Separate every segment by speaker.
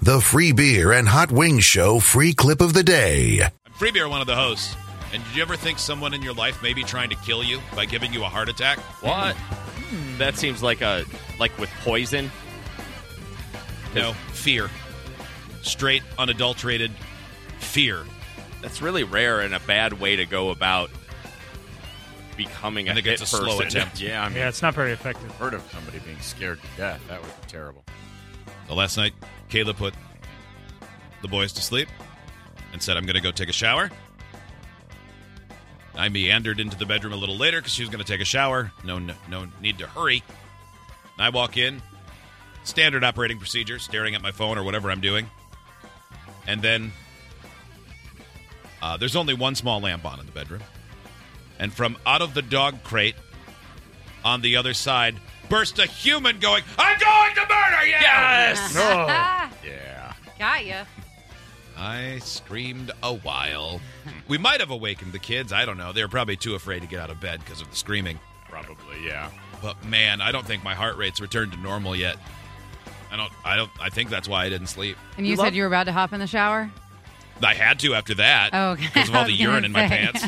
Speaker 1: The Free Beer and Hot Wings Show free clip of the day.
Speaker 2: I'm Free Beer, one of the hosts. And did you ever think someone in your life may be trying to kill you by giving you a heart attack?
Speaker 3: What? Hmm, That seems like a like with poison.
Speaker 2: No, fear. Straight, unadulterated fear.
Speaker 3: That's really rare and a bad way to go about becoming
Speaker 2: I
Speaker 3: a
Speaker 2: think
Speaker 3: hit
Speaker 2: it's a
Speaker 3: person.
Speaker 2: slow attempt.
Speaker 4: Yeah, I mean,
Speaker 5: Yeah, it's not very effective.
Speaker 4: I've heard of somebody being scared to death. That would be terrible.
Speaker 2: So last night, Kayla put the boys to sleep and said, I'm going to go take a shower. I meandered into the bedroom a little later because she was going to take a shower. No, no, no need to hurry. And I walk in, standard operating procedure, staring at my phone or whatever I'm doing. And then uh, there's only one small lamp on in the bedroom. And from out of the dog crate on the other side burst a human going, I'm going to murder you!
Speaker 6: Ah,
Speaker 4: Yeah.
Speaker 6: got you.
Speaker 2: I screamed a while. We might have awakened the kids. I don't know. They were probably too afraid to get out of bed because of the screaming.
Speaker 4: Probably, yeah.
Speaker 2: But man, I don't think my heart rate's returned to normal yet. I don't. I don't. I think that's why I didn't sleep.
Speaker 6: And you, said you were about to hop in the shower?
Speaker 2: I had to after that
Speaker 6: Oh, okay.
Speaker 2: because of all
Speaker 6: I
Speaker 2: the
Speaker 6: was
Speaker 2: urine
Speaker 6: gonna
Speaker 2: in my
Speaker 6: say.
Speaker 2: pants.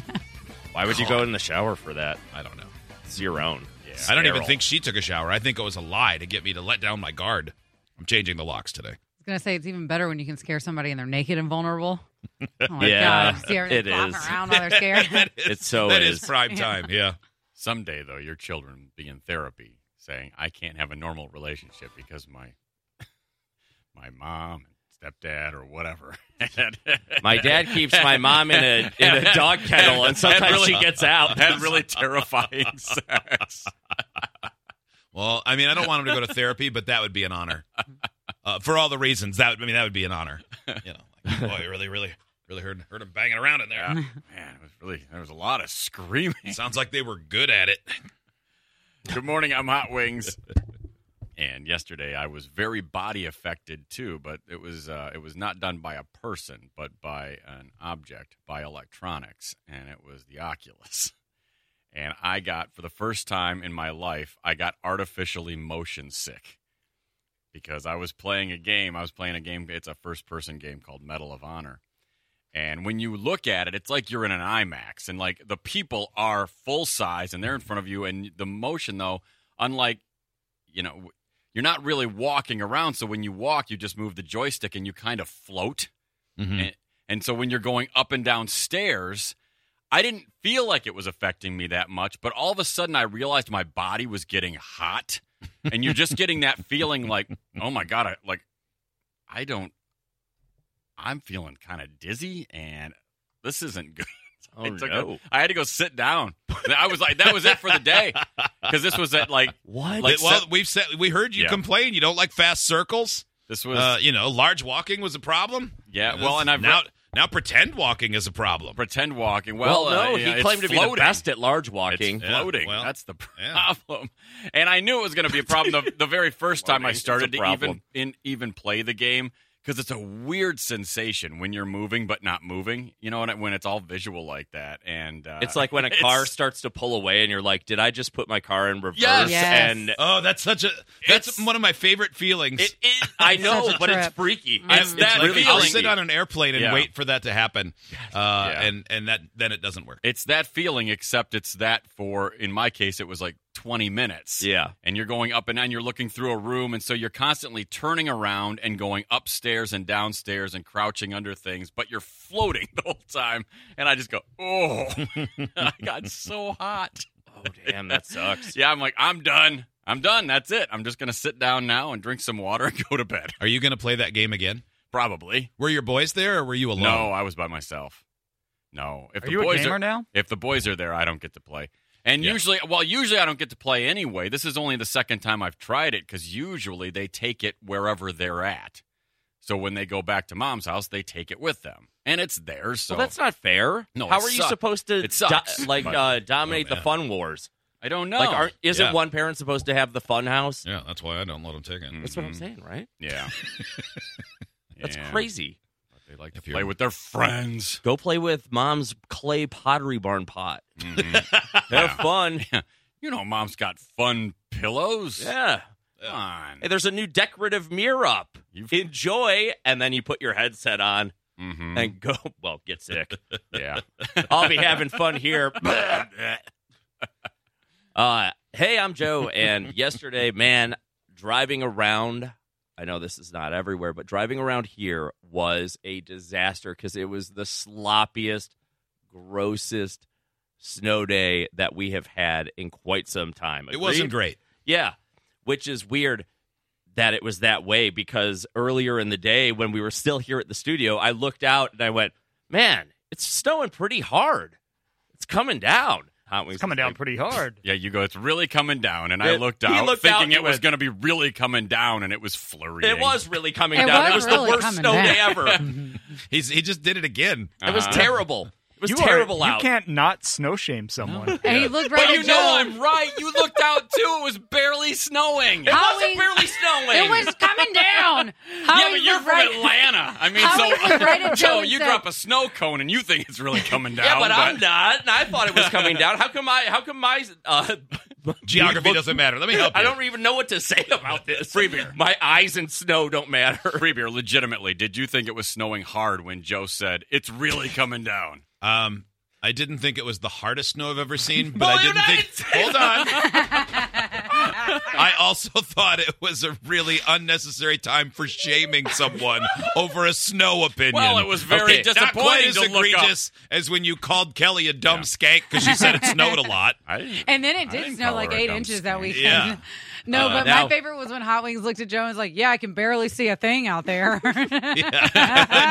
Speaker 3: Why would you go in the shower for that?
Speaker 2: I don't know.
Speaker 3: It's your own.
Speaker 2: I don't even
Speaker 3: Sterile.
Speaker 2: think she took a shower. I think it was a lie to get me to let down my guard. I'm changing the locks today.
Speaker 6: I was going to say it's even better when you can scare somebody and they're naked and vulnerable. Oh my
Speaker 3: Yeah,
Speaker 6: God. See
Speaker 3: it
Speaker 6: everything flopping
Speaker 3: is.
Speaker 6: around while they're scared.
Speaker 3: Oh, It so
Speaker 2: that
Speaker 3: is.
Speaker 2: is prime time. Yeah.
Speaker 4: Someday, though, your children will be in therapy saying, I can't have a normal relationship because my my mom and stepdad or whatever.
Speaker 3: My dad keeps my mom in a in a dog kennel, and sometimes she gets out.
Speaker 4: Had really terrifying sex.
Speaker 2: Well, I mean, I don't want him to go to therapy, but that would be an honor uh, for all the reasons. That would, I mean, that would be an honor. You know, like, boy, you really, really, really heard heard him banging around in there.
Speaker 4: Man, it was really, there was a lot of screaming.
Speaker 2: Sounds like they were good at it.
Speaker 4: Good morning. I'm Hot Wings. And yesterday I was very body affected too, but it was uh, it was not done by a person, but by an object, by electronics, and it was the Oculus. And I got for the first time in my life, I got artificially motion sick because I was playing a game. I was playing a game. It's a first person game called Medal of Honor. And when you look at it, it's like you're in an IMAX, and like the people are full size and they're in front of you. And the motion, though, unlike, you know, w- you're not really walking around. So when you walk, you just move the joystick and you kind of float. And, and so when you're going up and down stairs, I didn't feel like it was affecting me that much, but all of a sudden I realized my body was getting hot. And you're just getting that feeling like, oh my God, I, like, I don't, I'm feeling kind of dizzy and this isn't good.
Speaker 3: Oh,
Speaker 4: I took a-
Speaker 3: no.
Speaker 4: I had to go sit down. I was like, that was it for the day. Because this was at like,
Speaker 3: What?
Speaker 4: Like,
Speaker 2: well,
Speaker 4: set-
Speaker 2: we've said we heard you
Speaker 4: Yeah.
Speaker 2: complain. You don't like fast circles.
Speaker 4: this was,
Speaker 2: Uh, you know, large walking was a problem. Uh,
Speaker 4: yeah, well, and I've
Speaker 2: now
Speaker 4: re-
Speaker 2: now pretend walking is a problem.
Speaker 4: pretend walking. Well,
Speaker 3: well, no.
Speaker 4: uh, yeah,
Speaker 3: he
Speaker 4: it's
Speaker 3: claimed to be the
Speaker 4: floating.
Speaker 3: best at large walking.
Speaker 4: It's floating.
Speaker 2: Yeah, well,
Speaker 4: That's the
Speaker 2: yeah.
Speaker 4: problem. And I knew it was going to be a problem the, the very first time I
Speaker 3: Floating is a
Speaker 4: started to even
Speaker 3: problem.
Speaker 4: in, even play the game because it's a weird sensation when you're moving but not moving. You know, and when it's all visual like that, and uh,
Speaker 3: It's like when a
Speaker 4: it's-
Speaker 3: car starts to pull away, and you're like, "Did I just put my car in reverse?"
Speaker 4: Yes.
Speaker 6: Yes.
Speaker 3: And
Speaker 2: Oh, that's such a that's
Speaker 4: It's-
Speaker 2: one of my favorite feelings.
Speaker 3: It is. I know,
Speaker 6: such a
Speaker 3: but it's
Speaker 6: trip.
Speaker 3: freaky.
Speaker 6: I-
Speaker 3: It's
Speaker 2: It's
Speaker 3: that
Speaker 2: like,
Speaker 3: really
Speaker 2: I'll
Speaker 3: freaky.
Speaker 2: sit on an airplane and
Speaker 4: Yeah.
Speaker 2: wait for that to happen, uh,
Speaker 4: Yeah.
Speaker 2: and and that then it doesn't work.
Speaker 4: It's that feeling, except it's that for, in my case, it was like 20 minutes.
Speaker 3: Yeah.
Speaker 4: And you're going up and down, you're looking through a room. And so you're constantly turning around and going upstairs and downstairs and crouching under things, but you're floating the whole time. And I just go, oh, I got so hot.
Speaker 3: Oh damn, that sucks.
Speaker 4: Yeah, I'm like, I'm done. I'm done. That's it. I'm just going to sit down now and drink some water and go to bed.
Speaker 2: Are you going to play that game again?
Speaker 4: Probably.
Speaker 2: Were your boys there, or were you alone?
Speaker 4: No, I was by myself. No. If
Speaker 5: Are you a
Speaker 4: boys
Speaker 5: gamer
Speaker 4: are,
Speaker 5: now?
Speaker 4: If the boys are there, I don't get to play. And
Speaker 2: Yeah.
Speaker 4: usually, well, usually I don't get to play anyway. This is only the second time I've tried it because usually they take it wherever they're at. So when they go back to mom's house, they take it with them, and it's theirs. So
Speaker 3: Well, that's not fair.
Speaker 4: No,
Speaker 3: how
Speaker 4: it
Speaker 3: are you
Speaker 4: sucks.
Speaker 3: supposed to
Speaker 4: It sucks,
Speaker 3: do- like
Speaker 4: but-
Speaker 3: uh, dominate
Speaker 2: Oh,
Speaker 3: the
Speaker 2: man.
Speaker 3: fun wars?
Speaker 4: I don't know.
Speaker 3: Like, aren't, isn't
Speaker 2: Yeah.
Speaker 3: one parent supposed to have the fun house?
Speaker 2: Yeah, that's why I don't let them take it.
Speaker 4: Mm.
Speaker 3: That's what I'm saying, right?
Speaker 4: yeah,
Speaker 3: That's
Speaker 4: Yeah.
Speaker 3: crazy.
Speaker 4: They like to
Speaker 2: If you're-
Speaker 4: play with their friends.
Speaker 3: Go play with mom's clay pottery barn pot. Have
Speaker 4: Yeah.
Speaker 3: fun.
Speaker 4: Mm-hmm. You know, mom's got fun pillows.
Speaker 3: Yeah.
Speaker 4: Come on.
Speaker 3: Hey, there's a new decorative mirror up.
Speaker 4: You've-
Speaker 3: Enjoy, and then you put your headset on
Speaker 4: Mhm.
Speaker 3: and go. Well, get sick.
Speaker 4: yeah.
Speaker 3: I'll be having fun here. uh, hey, I'm Joe, and yesterday, man, driving around. I know this is not everywhere, but driving around here was a disaster because it was the sloppiest, grossest snow day that we have had in quite some time.
Speaker 2: It wasn't
Speaker 3: Agreed?
Speaker 2: great.
Speaker 3: Yeah, which is weird that it was that way because earlier in the day when we were still here at the studio, I looked out and I went, "Man, it's snowing pretty hard. It's coming down." Hot Wings
Speaker 5: It's
Speaker 3: was
Speaker 5: coming down
Speaker 3: like,
Speaker 5: pretty hard.
Speaker 4: Yeah, you go, it's really coming down. And I
Speaker 3: It-
Speaker 4: looked
Speaker 3: he
Speaker 4: out
Speaker 3: looked out
Speaker 4: thinking
Speaker 3: and
Speaker 4: it was
Speaker 3: went-
Speaker 4: going to be really coming down, and it was flurrying.
Speaker 3: It was really coming
Speaker 6: It
Speaker 3: down.
Speaker 6: was
Speaker 3: it was
Speaker 6: really
Speaker 3: the worst
Speaker 6: coming
Speaker 3: snow
Speaker 6: down.
Speaker 3: day ever.
Speaker 2: He's he just did it again.
Speaker 3: It was
Speaker 4: Uh-huh.
Speaker 3: terrible. It was
Speaker 5: You are-
Speaker 3: terrible
Speaker 5: You
Speaker 3: out.
Speaker 5: can't not snow shame someone.
Speaker 6: And he looked right
Speaker 4: But
Speaker 6: at
Speaker 4: you
Speaker 6: Joe.
Speaker 4: know I'm right. You looked out too. It was barely snowing.
Speaker 3: it
Speaker 4: yeah,
Speaker 3: wasn't
Speaker 6: Howie-
Speaker 3: barely snowing.
Speaker 6: It was coming down. How
Speaker 4: but you're from
Speaker 6: right.
Speaker 4: Atlanta. I mean,
Speaker 6: Howie
Speaker 4: so
Speaker 6: looked right at Joe
Speaker 4: Joe,
Speaker 6: and
Speaker 4: you
Speaker 6: said-
Speaker 4: drop a snow cone and you think it's really coming down.
Speaker 3: yeah, but, I'm not, and I thought it was coming down. How come I? How come my uh,
Speaker 2: Geography
Speaker 3: look-
Speaker 2: doesn't matter. Let me help you.
Speaker 3: I don't even know what to say about this. Free beer. My eyes and snow don't matter.
Speaker 4: Freebeer, legitimately, did you think it was snowing hard when Joe said it's really coming down?
Speaker 2: Um, I didn't think it was the hardest snow I've ever seen, but
Speaker 3: Well,
Speaker 2: I
Speaker 3: you're
Speaker 2: didn't
Speaker 3: not
Speaker 2: think. Hold on. I also thought it was a really unnecessary time for shaming someone over a snow opinion.
Speaker 4: Well, it was very
Speaker 2: Not quite
Speaker 4: disappointing
Speaker 2: as
Speaker 4: to look
Speaker 2: egregious as when you called Kelly a dumb skank because she said it snowed a lot.
Speaker 4: I didn't.
Speaker 6: And then it
Speaker 4: I
Speaker 6: did
Speaker 4: didn't
Speaker 6: snow
Speaker 4: call
Speaker 6: like
Speaker 4: her a
Speaker 6: eight
Speaker 4: dumb
Speaker 6: inches that
Speaker 4: skank.
Speaker 6: weekend.
Speaker 2: Yeah.
Speaker 6: No,
Speaker 3: Uh,
Speaker 6: but
Speaker 3: now-
Speaker 6: my favorite was when Hot Wings looked at Joe and was like, "Yeah, I can barely see a thing out there."
Speaker 2: Yeah. and then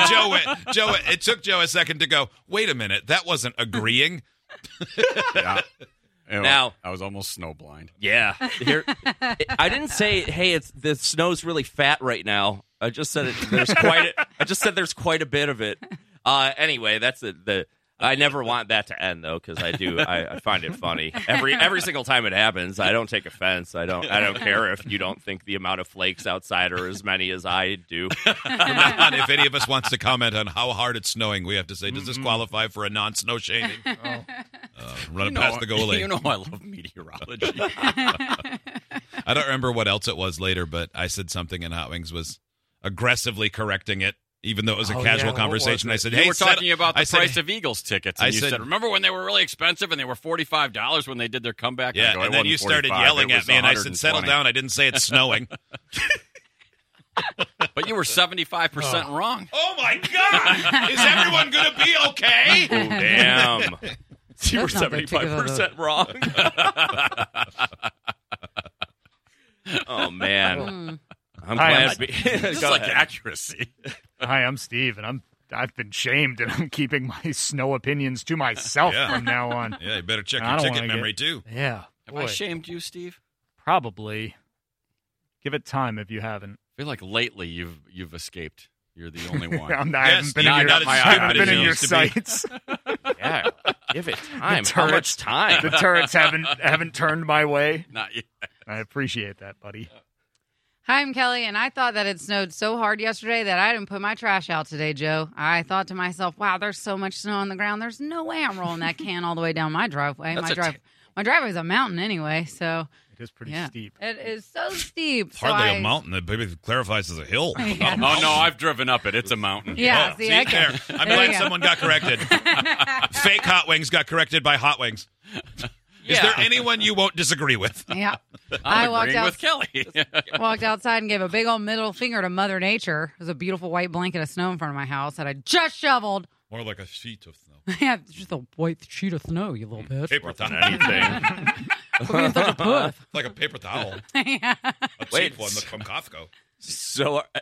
Speaker 2: Joe went. Joe. went- It took Joe a second to go. Wait a minute. That wasn't agreeing.
Speaker 4: Yeah. Anyway,
Speaker 3: Now-
Speaker 4: I was almost snowblind.
Speaker 3: Yeah. Here, I didn't say, hey, it's the snow's really fat right now. I just said it, there's quite. A, I just said there's quite a bit of it. Uh, anyway, that's the. the I never want that to end though, because I do. I, I find it funny every every single time it happens. I don't take offense. I don't. I don't care if you don't think the amount of flakes outside are as many as I do.
Speaker 2: From now on, if any of us wants to comment on how hard it's snowing, we have to say, does
Speaker 4: Mm-hmm.
Speaker 2: this qualify for a non-snow shaming? Uh, run it past the goalie.
Speaker 4: Oh. You know I love meteorology.
Speaker 2: I don't remember what else it was later, but I said something and Hot Wings was aggressively correcting it, even though it was a
Speaker 5: Oh, yeah,
Speaker 2: casual
Speaker 5: what
Speaker 2: conversation. I
Speaker 5: was
Speaker 2: said,
Speaker 4: you
Speaker 2: "Hey,
Speaker 4: were
Speaker 2: set-
Speaker 4: talking about the
Speaker 2: I said,
Speaker 4: price of Eagles tickets, and
Speaker 2: I
Speaker 4: you
Speaker 2: said-
Speaker 4: said, "Remember when they were really expensive and they were forty-five dollars when they did their comeback?" I
Speaker 2: yeah."
Speaker 4: go, "It
Speaker 2: and then
Speaker 4: wasn't
Speaker 2: you started
Speaker 4: 45,
Speaker 2: yelling
Speaker 4: it
Speaker 2: at
Speaker 4: was
Speaker 2: me, and I said, "Settle
Speaker 4: 120."
Speaker 2: down." I didn't say it's snowing.
Speaker 4: But you were seventy-five percent wrong.
Speaker 2: oh my god! Is everyone going to be okay?
Speaker 3: Damn, you were
Speaker 6: That's not
Speaker 3: seventy
Speaker 6: that big of
Speaker 3: five
Speaker 6: a-
Speaker 3: percent wrong. oh man,
Speaker 6: Mm.
Speaker 3: I'm
Speaker 5: I am-
Speaker 3: glad. we-
Speaker 4: It's
Speaker 3: Go
Speaker 4: like
Speaker 3: ahead.
Speaker 4: accuracy.
Speaker 5: Hi, I'm Steve, and I'm I've been shamed, and I'm keeping my snow opinions to myself
Speaker 2: Yeah.
Speaker 5: from now on.
Speaker 2: yeah, you better check
Speaker 5: I
Speaker 2: your
Speaker 5: don't
Speaker 2: ticket
Speaker 5: wanna
Speaker 2: memory too.
Speaker 5: Yeah,
Speaker 4: Have I
Speaker 5: boy,
Speaker 4: shamed you, Steve?
Speaker 5: probably. Give it time if you haven't.
Speaker 4: I feel like lately you've you've escaped. You're the only one.
Speaker 5: I'm not, I
Speaker 2: Yes,
Speaker 5: haven't been
Speaker 2: you're
Speaker 5: in your,
Speaker 2: not
Speaker 4: as
Speaker 5: I
Speaker 4: stupid
Speaker 5: haven't been
Speaker 4: as
Speaker 5: in
Speaker 4: you
Speaker 5: your
Speaker 2: used to be.
Speaker 5: sights.
Speaker 3: Yeah, give it time. How much
Speaker 5: turrets-
Speaker 3: time?
Speaker 5: the turrets haven't haven't turned my way.
Speaker 4: Not yet.
Speaker 5: I appreciate that, buddy.
Speaker 6: Hi, I'm Kelly, and I thought that it snowed so hard yesterday that I didn't put my trash out today, Joe. I thought to myself, "Wow, there's so much snow on the ground. There's no way I'm rolling that can all the way down my driveway.
Speaker 3: That's
Speaker 6: my
Speaker 3: a
Speaker 6: drive,
Speaker 3: t-
Speaker 6: my driveway's a mountain anyway, so
Speaker 5: It is pretty
Speaker 6: yeah,
Speaker 5: steep.
Speaker 6: it is so steep.
Speaker 2: It's
Speaker 6: so
Speaker 2: hardly
Speaker 6: I-
Speaker 2: a mountain. That maybe clarifies as a hill.
Speaker 6: Yeah.
Speaker 4: Oh no, I've driven up it. It's a mountain.
Speaker 6: Yeah,
Speaker 2: Oh,
Speaker 6: see,
Speaker 2: see,
Speaker 6: I can-
Speaker 2: there. I'm
Speaker 6: There you
Speaker 2: glad
Speaker 6: go.
Speaker 2: someone got corrected. Fake Hot Wings got corrected by Hot Wings. Is there anyone you won't disagree with?
Speaker 6: Yeah,
Speaker 4: I'm
Speaker 6: I walked
Speaker 4: agreeing
Speaker 6: out.
Speaker 4: with Kelly.
Speaker 6: walked outside and gave a big old middle finger to Mother Nature. There's a beautiful white blanket of snow in front of my house that I just shoveled.
Speaker 2: More like a sheet of snow.
Speaker 6: yeah, it's just a white sheet of snow, you little bitch.
Speaker 2: paper towel. Anything.
Speaker 6: Look at such a puss.
Speaker 2: like a paper towel.
Speaker 6: yeah.
Speaker 2: A cheap
Speaker 3: Wait.
Speaker 2: one that- from Costco.
Speaker 6: Oh.
Speaker 3: So uh,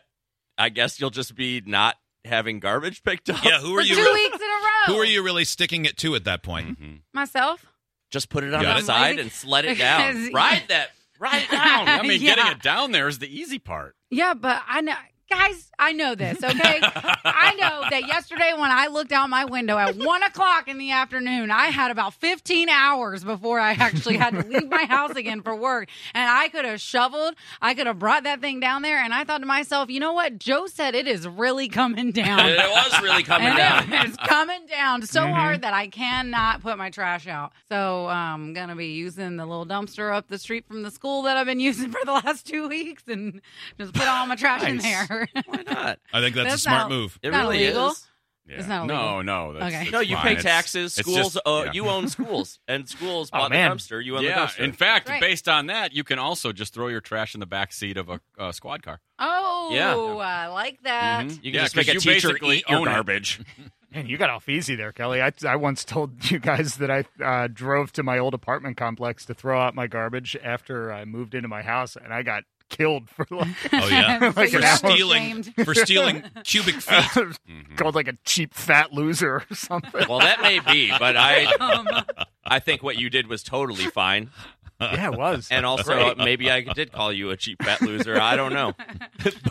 Speaker 3: I guess you'll just be not having garbage picked up.
Speaker 2: Yeah, who
Speaker 6: For
Speaker 2: are
Speaker 6: two
Speaker 2: you? Re-
Speaker 6: weeks in a row.
Speaker 2: who are you really sticking it to at that point?
Speaker 6: Myself.
Speaker 3: Just put it on
Speaker 2: Got
Speaker 3: the
Speaker 2: it.
Speaker 3: side and sled it down.
Speaker 6: Because-
Speaker 3: Ride that. Ride it down.
Speaker 4: I mean,
Speaker 6: Yeah.
Speaker 4: getting it down there is the easy part.
Speaker 6: Yeah, but I know. Guys, I know this, okay? I know that yesterday when I looked out my window at one o'clock in the afternoon, I had about 15 hours before I actually had to leave my house again for work. And I could have shoveled, I could have brought that thing down there. And I thought to myself, you know what? Joe said it is really coming down.
Speaker 3: it was really coming
Speaker 6: and uh,
Speaker 3: down.
Speaker 6: It's coming down so
Speaker 3: Mm-hmm.
Speaker 6: hard that I cannot put my trash out. So I'm gonna be using the little dumpster up the street from the school that I've been using for the last two weeks, and just put all my trash in
Speaker 5: Nice.
Speaker 6: there.
Speaker 3: Why not?
Speaker 2: I think that's,
Speaker 6: Hmm. That's
Speaker 2: a smart
Speaker 6: not-
Speaker 2: move.
Speaker 3: It
Speaker 6: Not
Speaker 3: really
Speaker 6: illegal.
Speaker 3: is.
Speaker 4: Yeah.
Speaker 6: It's not
Speaker 4: no,
Speaker 6: illegal.
Speaker 4: no. That's,
Speaker 6: Okay.
Speaker 4: that's
Speaker 3: No, you
Speaker 4: fine.
Speaker 3: pay
Speaker 4: It's-
Speaker 3: taxes.
Speaker 4: it's
Speaker 3: Schools.
Speaker 4: just-
Speaker 3: uh,
Speaker 4: yeah.
Speaker 3: You own schools, and schools
Speaker 5: Oh,
Speaker 3: bought the
Speaker 5: man.
Speaker 3: dumpster. You own the
Speaker 4: yeah.
Speaker 3: dumpster.
Speaker 4: In fact,
Speaker 6: Right.
Speaker 4: based on that, you can also just throw your trash in the back seat of a uh, squad car.
Speaker 6: Oh,
Speaker 3: Yeah. Mm-hmm.
Speaker 6: I like that.
Speaker 4: Mhm.
Speaker 3: you can
Speaker 4: Yeah,
Speaker 3: just make
Speaker 4: 'cause
Speaker 3: a
Speaker 4: you
Speaker 3: teacher
Speaker 4: basically
Speaker 3: eat your
Speaker 4: own it.
Speaker 3: garbage.
Speaker 5: Man, you got off easy there, Kelly. I, I once told you guys that I uh, drove to my old apartment complex to throw out my garbage after I moved into my house, and I got killed for like,
Speaker 2: Oh yeah,
Speaker 6: So
Speaker 5: Like
Speaker 6: you
Speaker 5: an
Speaker 6: got
Speaker 5: hour.
Speaker 2: stealing
Speaker 6: shamed.
Speaker 2: for stealing cubic feet.
Speaker 5: called like a cheap fat loser or something.
Speaker 3: Well, that may be, but I,
Speaker 6: Um,
Speaker 3: I think what you did was totally fine.
Speaker 5: yeah, it was.
Speaker 3: And also, uh, maybe I did call you a cheap fat loser. I don't know.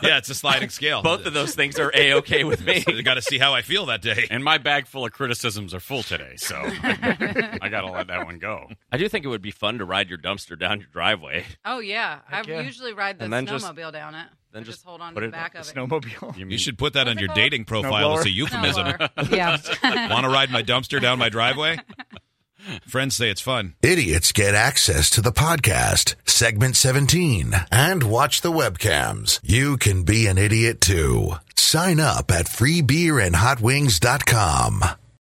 Speaker 2: Yeah, it's a sliding scale.
Speaker 3: Both of those things are a okay with me.
Speaker 2: Got to see how I feel that day.
Speaker 4: And my bag full of criticisms are full today, so I got to let that one go.
Speaker 3: I do think it would be fun to ride your dumpster down your driveway.
Speaker 6: oh yeah, I
Speaker 5: Heck yeah.
Speaker 6: usually ride the
Speaker 3: And then just-
Speaker 6: snowmobile down it.
Speaker 3: then
Speaker 6: I
Speaker 3: just
Speaker 6: just hold on
Speaker 3: put
Speaker 6: to
Speaker 3: it
Speaker 6: the back of it.
Speaker 5: snowmobile.
Speaker 2: You should put that on
Speaker 6: it
Speaker 2: your
Speaker 6: called?
Speaker 2: dating profile as a
Speaker 5: Snowblower?
Speaker 2: euphemism.
Speaker 6: Snowblower. yeah.
Speaker 2: Want to ride my dumpster down my driveway? Friends say it's fun.
Speaker 1: Idiots get access to the podcast, segment 17, and watch the webcams. You can be an idiot too. Sign up at freebeerandhotwings.com.